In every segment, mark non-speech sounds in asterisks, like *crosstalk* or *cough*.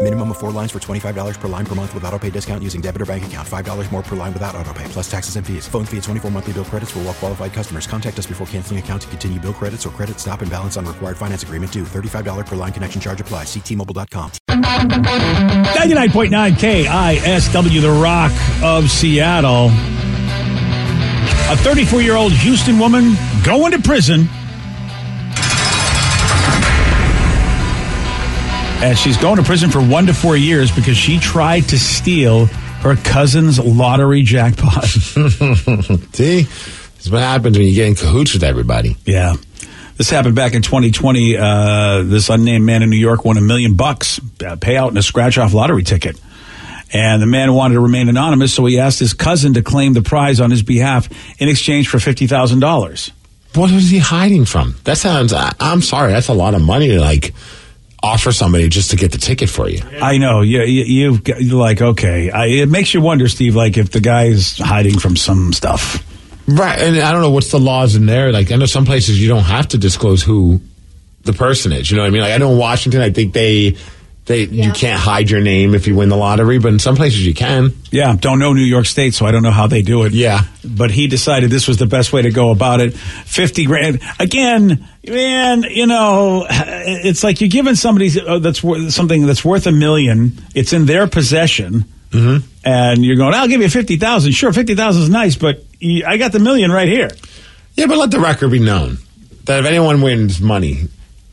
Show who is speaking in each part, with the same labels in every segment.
Speaker 1: Minimum of four lines for $25 per line per month with auto pay discount using debit or bank account. $5 more per line without auto pay, plus taxes and fees. Phone fee at 24 monthly bill credits for all well qualified customers. Contact us before canceling account to continue bill credits or credit stop and balance on required finance agreement due. $35 per line connection charge apply. Ctmobile.com.
Speaker 2: 99.9 KISW, the rock of Seattle. A 34 year old Houston woman going to prison as she's going to prison for one to four years because she tried to steal her cousin's lottery jackpot. *laughs*
Speaker 3: See, it's what happens when you get in cahoots with everybody.
Speaker 2: yeah. This happened back in 2020. Uh, this unnamed man in New York won a million bucks uh, payout in a scratch off lottery ticket. And the man wanted to remain anonymous, so he asked his cousin to claim the prize on his behalf in exchange for $50,000.
Speaker 3: What was he hiding from? That sounds. I, I'm sorry. That's a lot of money to like offer somebody just to get the ticket for you.
Speaker 2: I know. You, you, you've got, you're like, okay. I, it makes you wonder, Steve, like if the guy is hiding from some stuff.
Speaker 3: Right. And I don't know what's the laws in there. Like, I know some places you don't have to disclose who the person is. You know what I mean? Like, I know in Washington, I think they, they, you can't hide your name if you win the lottery, but in some places you can.
Speaker 2: Yeah, don't know New York State, so I don't know how they do it.
Speaker 3: Yeah.
Speaker 2: But he decided this was the best way to go about it. 50 grand. Again, man, you know, it's like you're giving somebody uh, that's worth something that's worth a million, it's in their possession, Mm-hmm. and you're going, I'll give you 50,000. Sure, 50,000 is nice, but y- I got the million right here.
Speaker 3: Yeah, but let the record be known that if anyone wins money,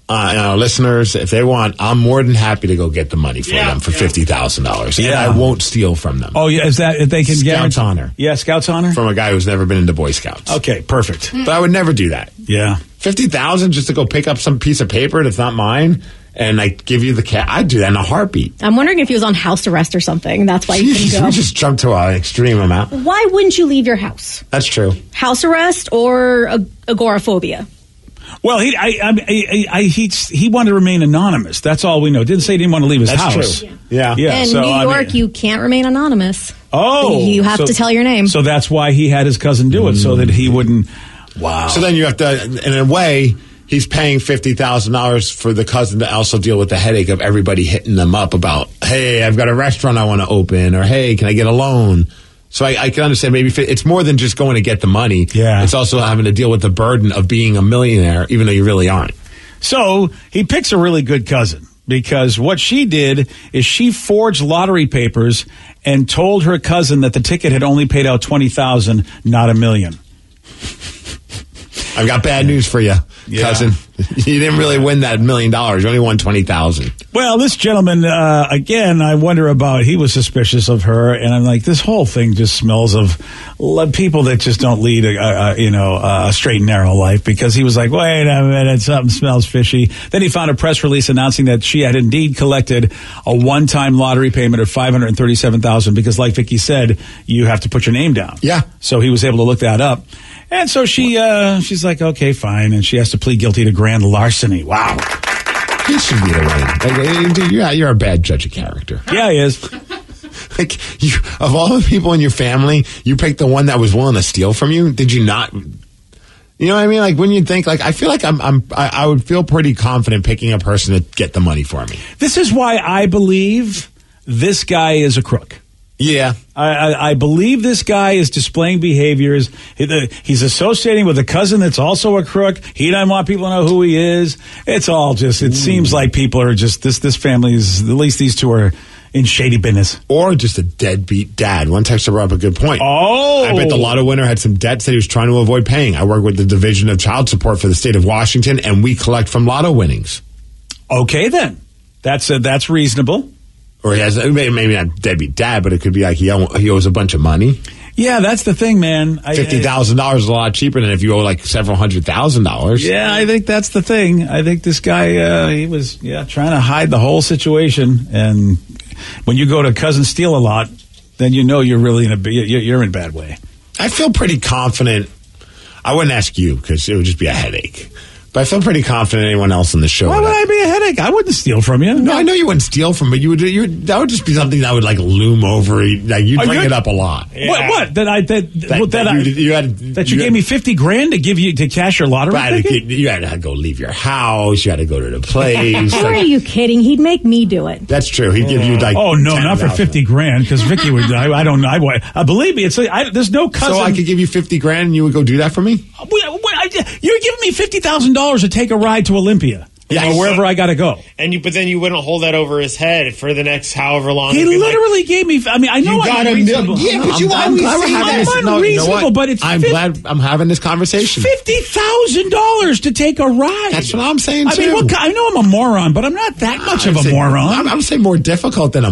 Speaker 3: uh, and our listeners, if they want, I'm more than happy to go get the money for them for fifty thousand dollars, and
Speaker 2: Yeah.
Speaker 3: I won't steal from them
Speaker 2: Oh, yeah, is that if they can
Speaker 3: Scout's
Speaker 2: guarantee-
Speaker 3: honor.
Speaker 2: Yeah, Scout's honor.
Speaker 3: from a guy who's never been into Boy Scouts.
Speaker 2: okay, perfect.
Speaker 3: But I would never do that.
Speaker 2: Yeah.
Speaker 3: Fifty thousand just to go pick up some piece of paper that's not mine, and I give you the cat. I'd do that in a heartbeat.
Speaker 4: I'm wondering if he was on house arrest or something. That's why he
Speaker 3: Jeez,
Speaker 4: couldn't go.
Speaker 3: *laughs* we just jumped to an extreme amount.
Speaker 4: why wouldn't you leave your house?
Speaker 3: That's true.
Speaker 4: House arrest or ag- agoraphobia?
Speaker 2: Well, he I, I, I, I he he wanted to remain anonymous. That's all we know. Didn't say he didn't want to leave his
Speaker 3: That's
Speaker 2: house.
Speaker 3: true. Yeah.
Speaker 2: yeah.
Speaker 4: In
Speaker 2: so,
Speaker 4: New
Speaker 2: I mean-
Speaker 4: York, you can't remain anonymous.
Speaker 2: Oh,
Speaker 4: You have
Speaker 2: so-
Speaker 4: to tell your name.
Speaker 2: So that's why he had his cousin do it, so that he wouldn't. Wow.
Speaker 3: Mm-hmm. So then you have to, in a way, he's paying fifty thousand dollars for the cousin to also deal with the headache of everybody hitting them up about, hey, I've got a restaurant I want to open, or hey, can I get a loan? So I, I can understand maybe fi- it's more than just going to get the money.
Speaker 2: Yeah.
Speaker 3: it's also having to deal with the burden of being a millionaire, even though you really aren't.
Speaker 2: So he picks a really good cousin because what she did is she forged lottery papers and told her cousin that the ticket had only paid out twenty thousand, not a million.
Speaker 3: I've got bad news for you,
Speaker 2: Yeah.
Speaker 3: cousin. *laughs* You didn't really win that million dollars. You only won twenty thousand.
Speaker 2: Well, this gentleman uh, again, I wonder about. He was suspicious of her, and I'm like, this whole thing just smells of le- people that just don't lead a, a, a you know a straight and narrow life. Because he was like, wait a minute, something smells fishy. Then he found a press release announcing that she had indeed collected a one-time lottery payment of five hundred thirty-seven thousand. Because, like Vicky said, you have to put your name down.
Speaker 3: Yeah.
Speaker 2: So he was able to look that up. And so she, uh, she's like, okay, fine. And she has to plead guilty to grand larceny. Wow.
Speaker 3: He should be the winner. Like, eh, dude, you're, you're a bad judge of character.
Speaker 2: Yeah, he is.
Speaker 3: Like you, of all the people in your family, you picked the one that was willing to steal from you. Did you not? You know what I mean? Like when you think, like I feel like I'm, I'm, I, I would feel pretty confident picking a person to get the money for me.
Speaker 2: This is why I believe this guy is a crook.
Speaker 3: Yeah.
Speaker 2: I, I, I believe this guy is displaying behaviors. He- the- He's associating with a cousin that's also a crook. He doesn't want people to know who he is. It's all just. It seems like people are just this. This family is at least these two are in shady business.
Speaker 3: Or just a deadbeat dad. One texter brought up a good point.
Speaker 2: Oh,
Speaker 3: I bet the lotto winner had some debts that he was trying to avoid paying. I work with the Division of Child Support for the state of Washington, and we collect from lotto winnings.
Speaker 2: Okay, then that's uh that's reasonable.
Speaker 3: Or he has maybe maybe not deadbeat dad, but it could be like he, owe, he owes a bunch of money.
Speaker 2: Yeah, that's the thing, man. I-
Speaker 3: Fifty thousand dollars is a lot cheaper than if you owe like several hundred thousand dollars.
Speaker 2: Yeah, I think that's the thing. I think this guy uh, he was yeah trying to hide the whole situation, and when you go to cousin steal a lot, then you know you're really in a b- you're you're in a bad way.
Speaker 3: I feel pretty confident. I wouldn't ask you because it would just be a headache. But I feel pretty confident anyone else in the show.
Speaker 2: Why would I be a headache? I wouldn't steal from you.
Speaker 3: No, I know you wouldn't steal from, but you would. You would, that would just be something that would like loom over. you- Like you
Speaker 2: Oh,
Speaker 3: bring
Speaker 2: you're-
Speaker 3: it up a lot.
Speaker 2: What? What? That I that
Speaker 3: That-
Speaker 2: well, that,
Speaker 3: that
Speaker 2: I,
Speaker 3: you did- you had-
Speaker 2: that you,
Speaker 3: you
Speaker 2: gave
Speaker 3: had-
Speaker 2: me fifty grand to give you to cash your lottery
Speaker 3: Right,
Speaker 2: ticket?
Speaker 3: like, you, you had to go leave your house. You had to
Speaker 2: *laughs*
Speaker 3: go to the place.
Speaker 4: Are
Speaker 3: like-
Speaker 4: you kidding? He'd make me do it.
Speaker 3: that's true. He'd give you like
Speaker 2: Oh no, not for
Speaker 3: 10,000.
Speaker 2: fifty grand because Vicky would. I, I don't know. I, would- uh, believe me, it's like, I, there's no cousin.
Speaker 3: So I could give you fifty grand, and you would go do that for me.
Speaker 2: Wait, wait, I- you're giving me fifty thousand dollars to take a ride to Olympia
Speaker 3: Yes.
Speaker 2: or wherever I got to go.
Speaker 5: And you, but then you wouldn't hold that over his head for the next however long.
Speaker 2: He
Speaker 5: You'd be like,
Speaker 2: literally gave me. I mean, I know
Speaker 3: You
Speaker 2: I'm
Speaker 3: got a
Speaker 2: unreasonable.
Speaker 3: mil- Yeah, but you
Speaker 2: I'm,
Speaker 3: always
Speaker 2: I'm, I'm
Speaker 3: say this. No, you know
Speaker 2: unreasonable,
Speaker 3: what?
Speaker 2: but it's
Speaker 3: I'm
Speaker 2: fif-
Speaker 3: glad I'm having this conversation.
Speaker 2: Fifty thousand dollars to take a ride.
Speaker 3: That's what I'm saying,
Speaker 2: I mean,
Speaker 3: too.
Speaker 2: what, ki- I know I'm a moron, but I'm not that much of
Speaker 3: I'd
Speaker 2: a
Speaker 3: say-
Speaker 2: moron.
Speaker 3: I'm, I'm saying more difficult than a *laughs*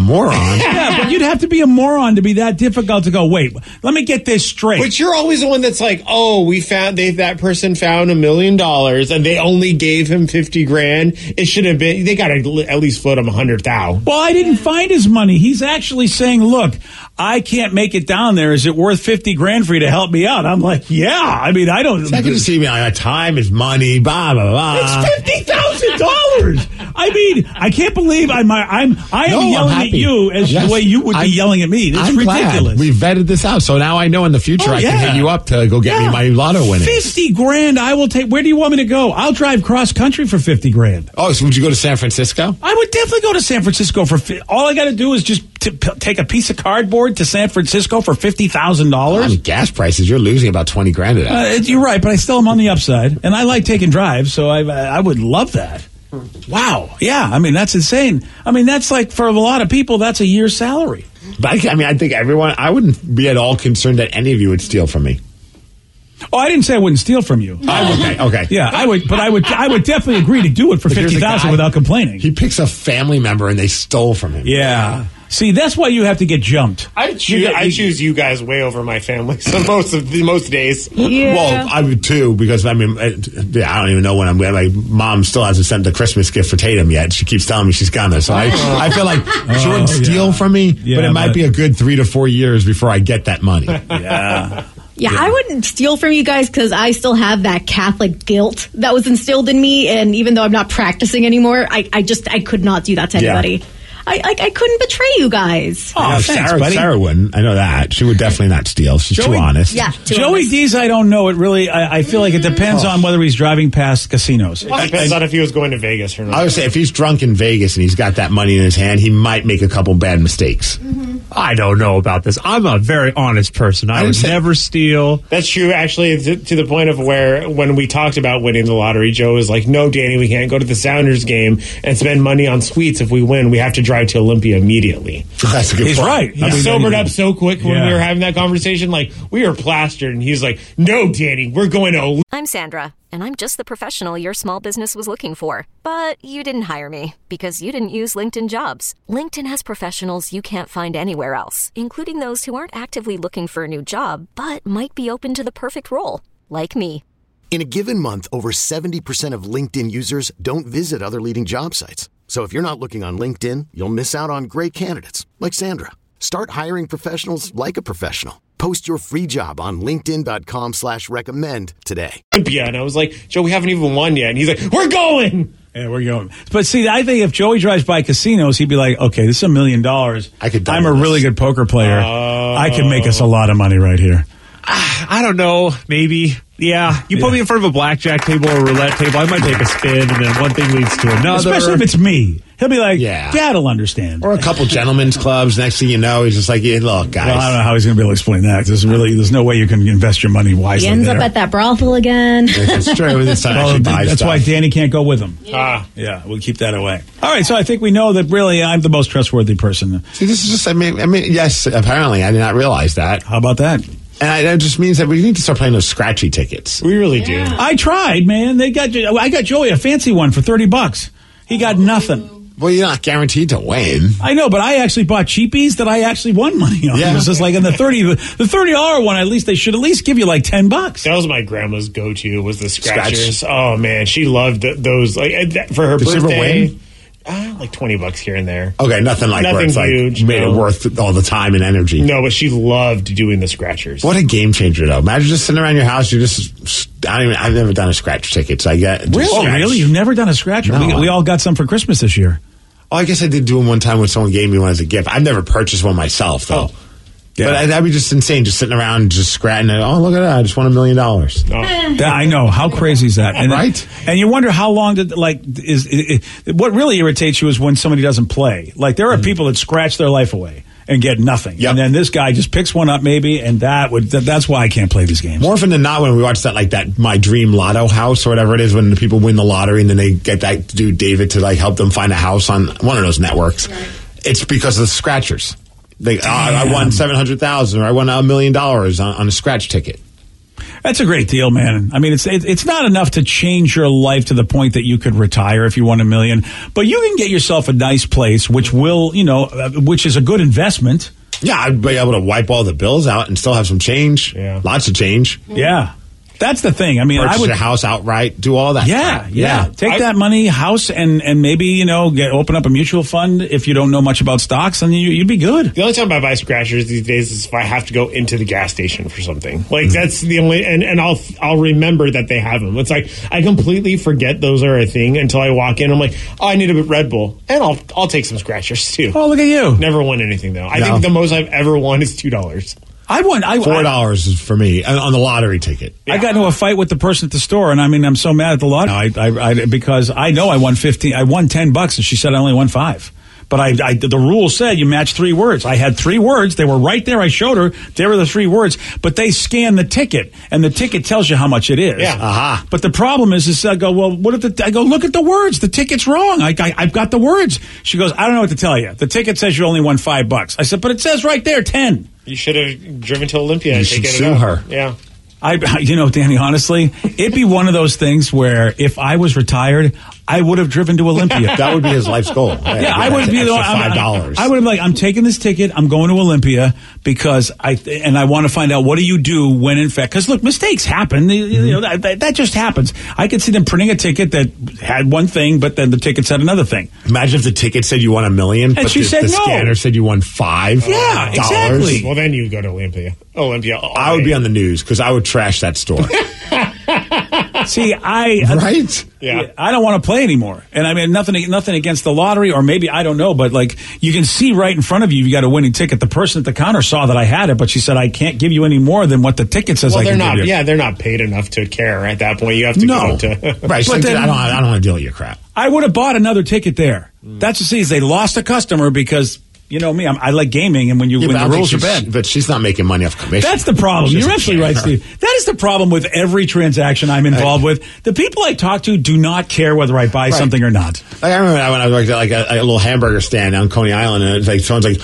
Speaker 2: *laughs*
Speaker 3: moron.
Speaker 2: yeah, but you'd have to be a moron to be that difficult to go. Wait, let me get this straight.
Speaker 5: But you're always the one that's like, oh, we found they that person found a million dollars and they only gave him fifty grand. It should have been they got to at least float him a hundred thou.
Speaker 2: well, I didn't find his money. He's actually saying, "Look, I can't make it down there. Is it worth fifty grand for you to help me out?" I'm like, "Yeah." I mean, I don't.
Speaker 3: I can see me like time is money, blah blah blah.
Speaker 2: It's fifty thousand dollars. I mean, I can't believe I'm I'm I am
Speaker 3: No, I'm
Speaker 2: yelling at
Speaker 3: happy.
Speaker 2: you as
Speaker 3: Yes.
Speaker 2: the way you would
Speaker 3: I'm-
Speaker 2: be yelling at me. That's
Speaker 3: I'm glad
Speaker 2: ridiculous.
Speaker 3: We vetted this out, so now I know in the future
Speaker 2: Oh,
Speaker 3: I
Speaker 2: yeah.
Speaker 3: can hit you up to go get
Speaker 2: Yeah.
Speaker 3: me my lotto winnings.
Speaker 2: Fifty grand. I will take. Where do you want me to go? I'll drive cross country for fifty grand.
Speaker 3: Oh, so would you go to San Francisco?
Speaker 2: I would definitely go to San Francisco for. fi- All I got to do is just t- p- take a piece of cardboard to San Francisco for fifty thousand
Speaker 3: I
Speaker 2: dollars.
Speaker 3: mean, gas prices. You're losing about twenty grand to that.
Speaker 2: Uh, you're right, but I still am on the upside, and I like taking drives, so I I would love that.
Speaker 3: Hmm.
Speaker 2: Wow, yeah, I mean that's insane. I mean that's like for a lot of people, that's a year's salary.
Speaker 3: But I, I mean, I think everyone. I wouldn't be at all concerned that any of you would steal from me.
Speaker 2: Oh, I didn't say I wouldn't steal from
Speaker 3: *laughs*
Speaker 2: you.
Speaker 3: Oh, okay, okay.
Speaker 2: Yeah, I would, but I would, I would definitely agree to do it for
Speaker 3: But here's
Speaker 2: fifty
Speaker 3: a guy-
Speaker 2: thousand without complaining.
Speaker 3: He picks a family member and they stole from him.
Speaker 2: yeah, see, that's why you have to get jumped.
Speaker 5: I choose, I choose you guys way over my family. *laughs* So most of the most days,
Speaker 4: Yeah.
Speaker 3: Well, I would too because I mean, I, yeah, I don't even know when I'm. My mom still hasn't sent the Christmas gift for Tatum yet. She keeps telling me she's gonna. So I, I feel like she wouldn't
Speaker 2: Oh,
Speaker 3: steal
Speaker 2: yeah.
Speaker 3: from me,
Speaker 2: Yeah,
Speaker 3: but it might
Speaker 2: but-
Speaker 3: be a good three to four years before I get that money.
Speaker 2: *laughs* Yeah,
Speaker 4: Yeah, I wouldn't steal from you guys because I still have that Catholic guilt that was instilled in me, and even though I'm not practicing anymore, I, I just I could not do that to
Speaker 3: Yeah.
Speaker 4: anybody. I, I I couldn't betray you guys.
Speaker 3: I know
Speaker 2: oh, thanks,
Speaker 3: Sarah,
Speaker 2: buddy.
Speaker 3: Sarah wouldn't. I know that she would definitely not steal. She's
Speaker 2: Joey-
Speaker 3: too honest.
Speaker 4: Yeah, to
Speaker 2: Joey
Speaker 4: honest.
Speaker 2: D's, I don't know. It really, I, I feel like it depends on whether he's driving past casinos.
Speaker 5: it depends on if he was going to Vegas or
Speaker 3: I
Speaker 5: not.
Speaker 3: would say if he's drunk in Vegas and he's got that money in his hand, he might make a couple bad mistakes.
Speaker 6: Mm-hmm. I don't know about this. I'm a very honest person. I,
Speaker 3: I
Speaker 6: would
Speaker 3: would say-
Speaker 6: never steal.
Speaker 5: That's true. Actually, to, to the point of where when we talked about winning the lottery, Joe was like, "No, Danny, we can't go to the Sounders game and spend money on sweets. If we win, we have to drive to Olympia immediately."
Speaker 3: That's a good
Speaker 2: He's
Speaker 3: point.
Speaker 2: right.
Speaker 5: He
Speaker 2: I mean,
Speaker 5: sobered up so quick when
Speaker 2: Yeah.
Speaker 5: we were having that conversation. Like we were plastered, and he's like, "No, Danny, we're going to." Oly-"
Speaker 7: I'm Sandra, and I'm just the professional your small business was looking for. But you didn't hire me because you didn't use LinkedIn jobs. LinkedIn has professionals you can't find anywhere else, including those who aren't actively looking for a new job but might be open to the perfect role, like me.
Speaker 8: In a given month, over 70% of LinkedIn users don't visit other leading job sites. So if you're not looking on LinkedIn, you'll miss out on great candidates like Sandra. Start hiring professionals like a professional. Post your free job on linkedin.com/recommend slash recommend today.
Speaker 5: Olympia, and I was like, "Joe, we haven't even won yet." And he's like, "We're going."
Speaker 2: Yeah, we're going. But see, I think if Joey drives by casinos, he'd be like, "Okay, this is a million dollars.
Speaker 3: I could
Speaker 2: I'm a
Speaker 3: double
Speaker 2: really
Speaker 3: this."
Speaker 2: good poker player. I can make us a lot of money right here."
Speaker 6: I don't know. Maybe Yeah, you put me in front of a blackjack table or a roulette table, I might take a spin, and then one thing leads to another.
Speaker 2: Especially if it's me. He'll be like,
Speaker 3: Yeah.
Speaker 2: Dad'll understand.
Speaker 3: Or a couple gentlemen's clubs. Next thing you know, he's just like, yeah, look, guys.
Speaker 2: Well, I don't know how he's going to be able to explain that. There's really, there's no way you can invest your money wisely.
Speaker 4: He ends
Speaker 2: there.
Speaker 4: up at that brothel again.
Speaker 3: It's true.
Speaker 6: *laughs*
Speaker 3: This time I
Speaker 2: Well,
Speaker 3: actually buy
Speaker 2: that's
Speaker 3: stuff.
Speaker 2: why Danny can't go with him.
Speaker 5: Ah,
Speaker 2: Yeah, we'll keep that away. All right, so I think we know that really I'm the most trustworthy person.
Speaker 3: See, this is just, I mean, I mean, yes, apparently I did not realize that.
Speaker 2: How about that?
Speaker 3: And I, that just means that we need to start playing those scratchy tickets.
Speaker 5: we really do.
Speaker 2: I tried, man. They got I got Joey a fancy one for 30 bucks. He got nothing.
Speaker 3: Well, you're not guaranteed to win.
Speaker 2: I know, but I actually bought cheapies that I actually won money on.
Speaker 3: Yeah.
Speaker 2: It was just like in the 30 the $30 one at least they should at least give you like 10 bucks.
Speaker 5: That was my grandma's go-to was the
Speaker 3: Scratch.
Speaker 5: scratchers. Oh man, she loved th- those. Like uh, that- for her
Speaker 3: Did she ever
Speaker 5: birthday,
Speaker 3: win?
Speaker 5: ah, like twenty bucks here and there.
Speaker 3: Okay, nothing like where
Speaker 5: Nothing
Speaker 3: it's like
Speaker 5: huge,
Speaker 3: made
Speaker 5: no.
Speaker 3: it worth all the time and energy.
Speaker 5: No, but she loved doing the scratchers.
Speaker 3: What a game changer, though. Imagine just sitting around your house. You just, I don't even, I've never done a scratch ticket. So I get. just
Speaker 2: Oh,
Speaker 3: scratch.
Speaker 2: really? You've never done a scratcher?
Speaker 3: No.
Speaker 2: We, we all got some for Christmas this year.
Speaker 3: Oh, I guess I did do one one time when someone gave me one as a gift. I've never purchased one myself, though.
Speaker 2: Oh, Yeah.
Speaker 3: But I, that'd be just insane, just sitting around, just scratching it. Oh, look at that. I just won a million dollars.
Speaker 5: Oh.
Speaker 2: That- I know how crazy is that, and
Speaker 3: Right?
Speaker 2: And you wonder how long did like is i i what really irritates you is when somebody doesn't play. Like there are people that scratch their life away and get nothing,
Speaker 3: Mm. Yep.
Speaker 2: and then this guy just picks one up maybe, and that would that, that's why I can't play these games.
Speaker 3: More often than not, when we watch that, like that My Dream Lotto House or whatever it is, when the people win the lottery and then they get that dude David to like help them find a house on one of those networks, it's because of the scratchers. They, oh, I won seven hundred thousand, or I won a million dollars on on a scratch ticket.
Speaker 2: That's a great deal, man. I mean, it's it, it's not enough to change your life to the point that you could retire if you won a million, but you can get yourself a nice place, which will you know, uh, which is a good investment.
Speaker 3: Yeah, I'd be able to wipe all the bills out and still have some change.
Speaker 5: Yeah.
Speaker 3: lots of change.
Speaker 2: Yeah, that's the thing. I mean,
Speaker 3: Purchase
Speaker 2: I would
Speaker 3: a house outright. Do all that.
Speaker 2: Yeah,
Speaker 3: crap.
Speaker 2: yeah. Take
Speaker 5: I-
Speaker 2: that money, house, and and maybe you know, get open up a mutual fund if you don't know much about stocks, and you, you'd be good.
Speaker 5: The only time I buy scratchers these days is if I have to go into the gas station for something. Like
Speaker 3: Mm.
Speaker 5: that's the only, and, and I'll I'll remember that they have them. It's like I completely forget those are a thing until I walk in. I'm like, oh, I need a Red Bull, and I'll I'll take some scratchers too.
Speaker 2: Oh, look at you!
Speaker 5: Never won anything though. I
Speaker 3: No.
Speaker 5: think the most I've ever won is two dollars.
Speaker 2: I won. I
Speaker 3: Four
Speaker 2: I,
Speaker 3: dollars is for me on on the lottery ticket.
Speaker 2: I got into a fight with the person at the store, and I mean, I'm so mad at the lot. I, I, I because I know I won fifteen. I won ten bucks, and she said I only won five. But I, I, the rule said you match three words. I had three words. They were right there. I showed her. They were the three words. But they scan the ticket, and the ticket tells you how much it is. Uh-huh.
Speaker 5: Yeah.
Speaker 3: Aha.
Speaker 2: But the problem is, is I go, well, what if the, I go, look at the words. The ticket's wrong. I, I, I've got the words. She goes, I don't know what to tell you. The ticket says you only won five bucks. I said, but it says right there, 10.
Speaker 5: You should have driven to Olympia.
Speaker 3: You
Speaker 5: and
Speaker 3: should
Speaker 5: taken it
Speaker 3: sue
Speaker 5: out.
Speaker 3: her.
Speaker 5: Yeah.
Speaker 2: I, you know, Danny, honestly, it'd be one of those things where if I was retired, I would have driven to Olympia.
Speaker 3: *laughs* That would be his life's goal.
Speaker 2: *laughs* Yeah, I would be the
Speaker 3: extra
Speaker 2: I'm-
Speaker 3: five dollars.
Speaker 2: I would have like I'm taking this ticket. I'm going to Olympia because I and I want to find out what do you do when in fact because look mistakes happen. You- You know that, that, that just happens. I could see them printing a ticket that had one thing, but then the ticket said another
Speaker 3: *laughs*
Speaker 2: thing.
Speaker 3: Imagine if the ticket said you won a million, but
Speaker 2: she
Speaker 3: the,
Speaker 2: said
Speaker 3: the
Speaker 2: no.
Speaker 3: scanner said you won five.
Speaker 2: Yeah,
Speaker 3: dollars.
Speaker 2: exactly.
Speaker 5: Well, then you go to Olympia. Olympia. all
Speaker 3: I would
Speaker 5: day.
Speaker 3: be on the news because I would trash
Speaker 2: *laughs*
Speaker 3: that store.
Speaker 2: See, I
Speaker 3: right?
Speaker 5: Yeah.
Speaker 2: I don't want to play anymore. And I mean nothing nothing against the lottery or maybe I don't know, but like you can see right in front of you you got a winning ticket. The person at the counter saw that I had it, but she said I can't give you any more than what the ticket says
Speaker 5: Well,
Speaker 2: I
Speaker 5: they're
Speaker 2: can
Speaker 5: not.
Speaker 2: give you.
Speaker 5: Yeah, they're not paid enough to care at that point. You have to
Speaker 3: No.
Speaker 5: go to. *laughs*
Speaker 3: right. So
Speaker 2: But then-
Speaker 3: I don't. I don't want to deal with your crap.
Speaker 2: I would have bought another ticket there. That's the thing is they lost a customer because you know me, I'm, I like gaming, and when you
Speaker 3: Yeah, but
Speaker 2: when
Speaker 3: I
Speaker 2: the
Speaker 3: think
Speaker 2: rules are
Speaker 3: she's-
Speaker 2: bad.
Speaker 3: But she's not making money off commission.
Speaker 2: That's the problem.
Speaker 3: She
Speaker 2: You're
Speaker 3: doesn't
Speaker 2: absolutely right,
Speaker 3: care.
Speaker 2: Steve. That is the problem with every transaction I'm involved with. The people I talk to do not care whether I buy something or not.
Speaker 3: Like I remember when I worked at like a, a little hamburger stand on Coney Island, and it's like someone's like,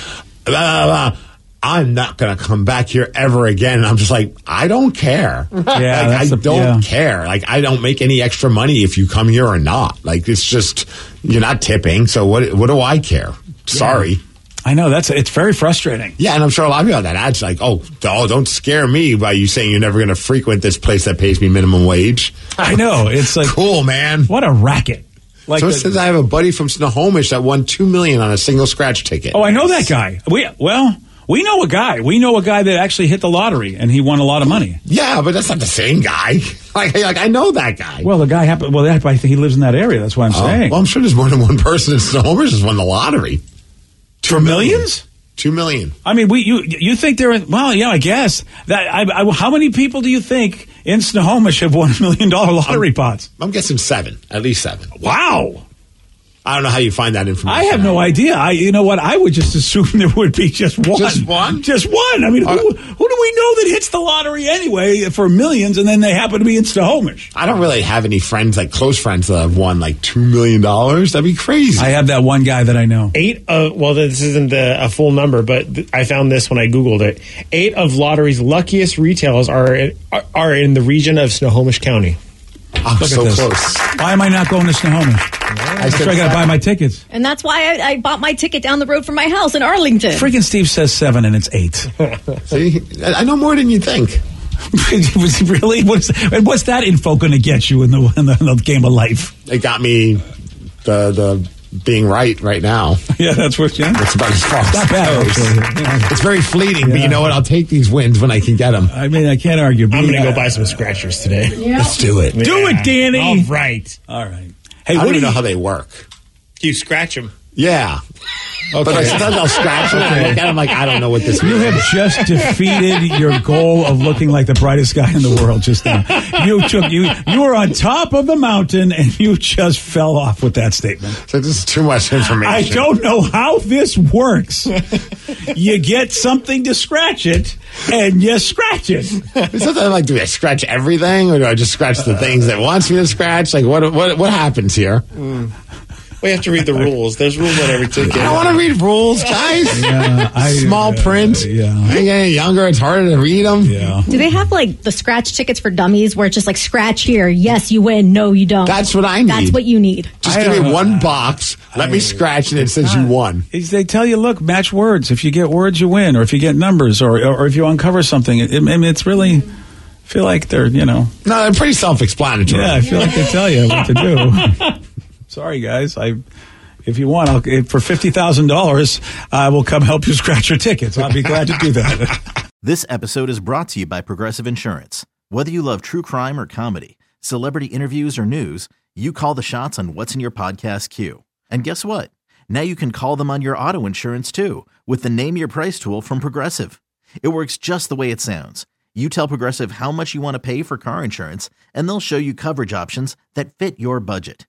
Speaker 3: blah, blah, blah, I'm not gonna come back here ever again. And I'm just like, I
Speaker 2: *laughs*
Speaker 3: don't care. Yeah, like, I
Speaker 2: that's the-
Speaker 3: don't
Speaker 2: yeah.
Speaker 3: care. Like I don't make any extra money if you come here or not. Like it's just you're not tipping, so what? What do I care? Sorry.
Speaker 2: I know that's it's very frustrating.
Speaker 3: Yeah, and I'm sure a lot of people on that ad's like, oh, oh, don't scare me by you saying you're never going to frequent this place that pays me minimum wage.
Speaker 2: I know it's like
Speaker 3: Cool, man.
Speaker 2: what a racket. Like
Speaker 3: so it
Speaker 2: the-
Speaker 3: says I have a buddy from Snohomish that won two million on a single scratch ticket.
Speaker 2: oh, I know that guy. We well, we know a guy. We know a guy that actually hit the lottery and he won a lot of money.
Speaker 3: Yeah, but that's not the same guy. *laughs* Like, like I know that guy.
Speaker 2: Well, the guy happened. Well, that, I think he lives in that area. That's what I'm
Speaker 3: Oh,
Speaker 2: saying.
Speaker 3: well, I'm sure there's more than one person in Snohomish has won the lottery. Two
Speaker 2: For millions?
Speaker 3: Two million.
Speaker 2: I mean, we you you think they're in, well, yeah, I guess that. I, I- how many people do you think in Snohomish have won million dollar
Speaker 3: Um,
Speaker 2: lottery pots.
Speaker 3: I'm guessing seven, at least seven.
Speaker 2: Wow.
Speaker 3: I don't know how you find that information.
Speaker 2: I have no idea. I, you know what? I would just assume *laughs* there would be just one.
Speaker 3: Just one? Uh,
Speaker 2: Just one. I mean, who, who do we know that hits the lottery anyway for millions, and then they happen to be in Snohomish?
Speaker 3: I don't really have any friends, like close friends, that have won like $2 million. That'd be crazy.
Speaker 2: I have that one guy that I know.
Speaker 5: Eight of well, this isn't the, a full number, but th- I found this when I googled it. Eight of lottery's luckiest retails are are, are in the region of Snohomish County.
Speaker 3: I'm
Speaker 2: Look
Speaker 3: so
Speaker 2: at this.
Speaker 3: close.
Speaker 2: Why am I not going to Snohomish? I
Speaker 3: said
Speaker 2: I got to buy my tickets.
Speaker 4: And that's why I, I bought my ticket down the road from my house in Arlington.
Speaker 2: Freaking Steve says seven, and it's eight. *laughs*
Speaker 3: See, I I know more than you think.
Speaker 2: Was- really? What's, and what's that info going to get you in the, in the in the game of life? *laughs*
Speaker 3: It got me the the being right right now.
Speaker 2: Yeah, that's what. Yeah,
Speaker 3: It's about as far as
Speaker 2: Not bad,
Speaker 5: Oh,
Speaker 3: it goes.
Speaker 2: actually. Yeah.
Speaker 3: It's very fleeting, but
Speaker 2: Yeah.
Speaker 3: you know what? I'll take these wins when I can get them.
Speaker 2: *laughs* I mean, I can't argue.
Speaker 5: I'm going to
Speaker 2: Yeah.
Speaker 5: go buy some scratchers today.
Speaker 3: Let's do it.
Speaker 2: Do it, Danny.
Speaker 5: All right,
Speaker 2: All right. Hey,
Speaker 3: I
Speaker 2: what
Speaker 3: don't
Speaker 2: do you
Speaker 3: even know how they work.
Speaker 5: you scratch them.
Speaker 3: Yeah. But like, sometimes I'll scratch them and I look at them like, I don't know what this
Speaker 2: You
Speaker 3: means.
Speaker 2: have
Speaker 5: *laughs*
Speaker 2: just defeated your goal of looking like the brightest guy in the world just now. You took you you were on top of the mountain and you just fell off with that statement.
Speaker 3: So this is too much information.
Speaker 2: I don't know how this *laughs* works. You get something to scratch it and you scratch it.
Speaker 3: Sometimes I'm like, do I scratch everything or do I just scratch the things that wants me to scratch? Like, what what what happens here?
Speaker 2: Mm.
Speaker 5: We have to read the rules. There's rules on every ticket.
Speaker 3: I don't want to read rules, guys.
Speaker 2: Yeah, I-
Speaker 3: Small
Speaker 2: uh,
Speaker 3: print.
Speaker 2: yeah.
Speaker 3: I think any younger, it's harder to read them.
Speaker 2: Yeah.
Speaker 4: Do they have like the scratch tickets for dummies where it's just like scratch here, yes you win, no you don't.
Speaker 3: That's what I
Speaker 4: That's
Speaker 3: need.
Speaker 4: what you need.
Speaker 3: Just
Speaker 2: I
Speaker 3: give
Speaker 2: don't
Speaker 3: me
Speaker 2: know
Speaker 3: one
Speaker 2: that.
Speaker 3: box. Let me scratch, and it says you won.
Speaker 2: Is They tell you, look, match words. If you get words, you win, or if you get numbers, or or if you uncover something. It, I mean, it's really I feel like they're you know
Speaker 3: No, they're pretty self-explanatory.
Speaker 2: Yeah, I feel like they tell you what to do. *laughs* Sorry, guys. I, if you want, I'll, if- for fifty thousand dollars, I will come help you scratch your tickets. I'll be glad to do that.
Speaker 9: This episode is brought to you by Progressive Insurance. Whether you love true crime or comedy, celebrity interviews or news, you call the shots on what's in your podcast queue. And guess what? Now you can call them on your auto insurance too with the Name Your Price tool from Progressive. It works just the way it sounds. You tell Progressive how much you want to pay for car insurance, and they'll show you coverage options that fit your budget.